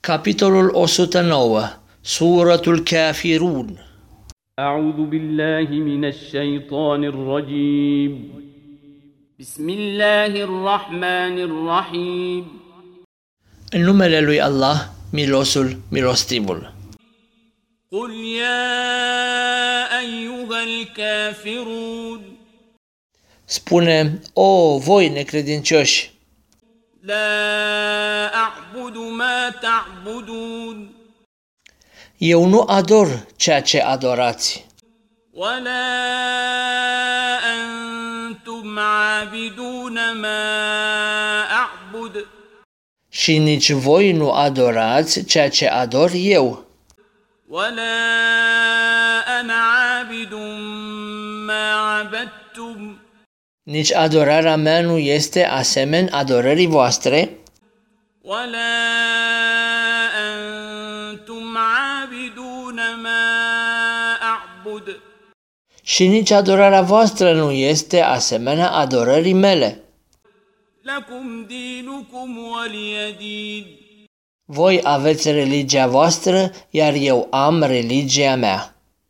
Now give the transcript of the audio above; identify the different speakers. Speaker 1: Capitolul 109 Suratul Kafirun
Speaker 2: أعوذ بالله من الشيطان الرجيم بسم الله الرحمن الرحيم
Speaker 1: În numele lui Allah, milosul, milostivul.
Speaker 2: قل يا أيها الكافرون
Speaker 1: Spune, o, voi necredincioși,
Speaker 2: لا أعبد ما تعبدون
Speaker 1: eu nu ador ceea ce adorați
Speaker 2: ولا أنتم عابدون ما أعبد
Speaker 1: și nici voi nu adorați ceea ce ador eu
Speaker 2: ولا أنا عابد ما عبدتم
Speaker 1: Nici adorarea mea nu este asemenea adorării voastre
Speaker 2: ولا أنتم عابدون ما أعبد
Speaker 1: și nici adorarea voastră nu este asemenea adorării mele.
Speaker 2: لكم دينكم ولي دين
Speaker 1: Voi aveți religia voastră, iar eu am religia mea.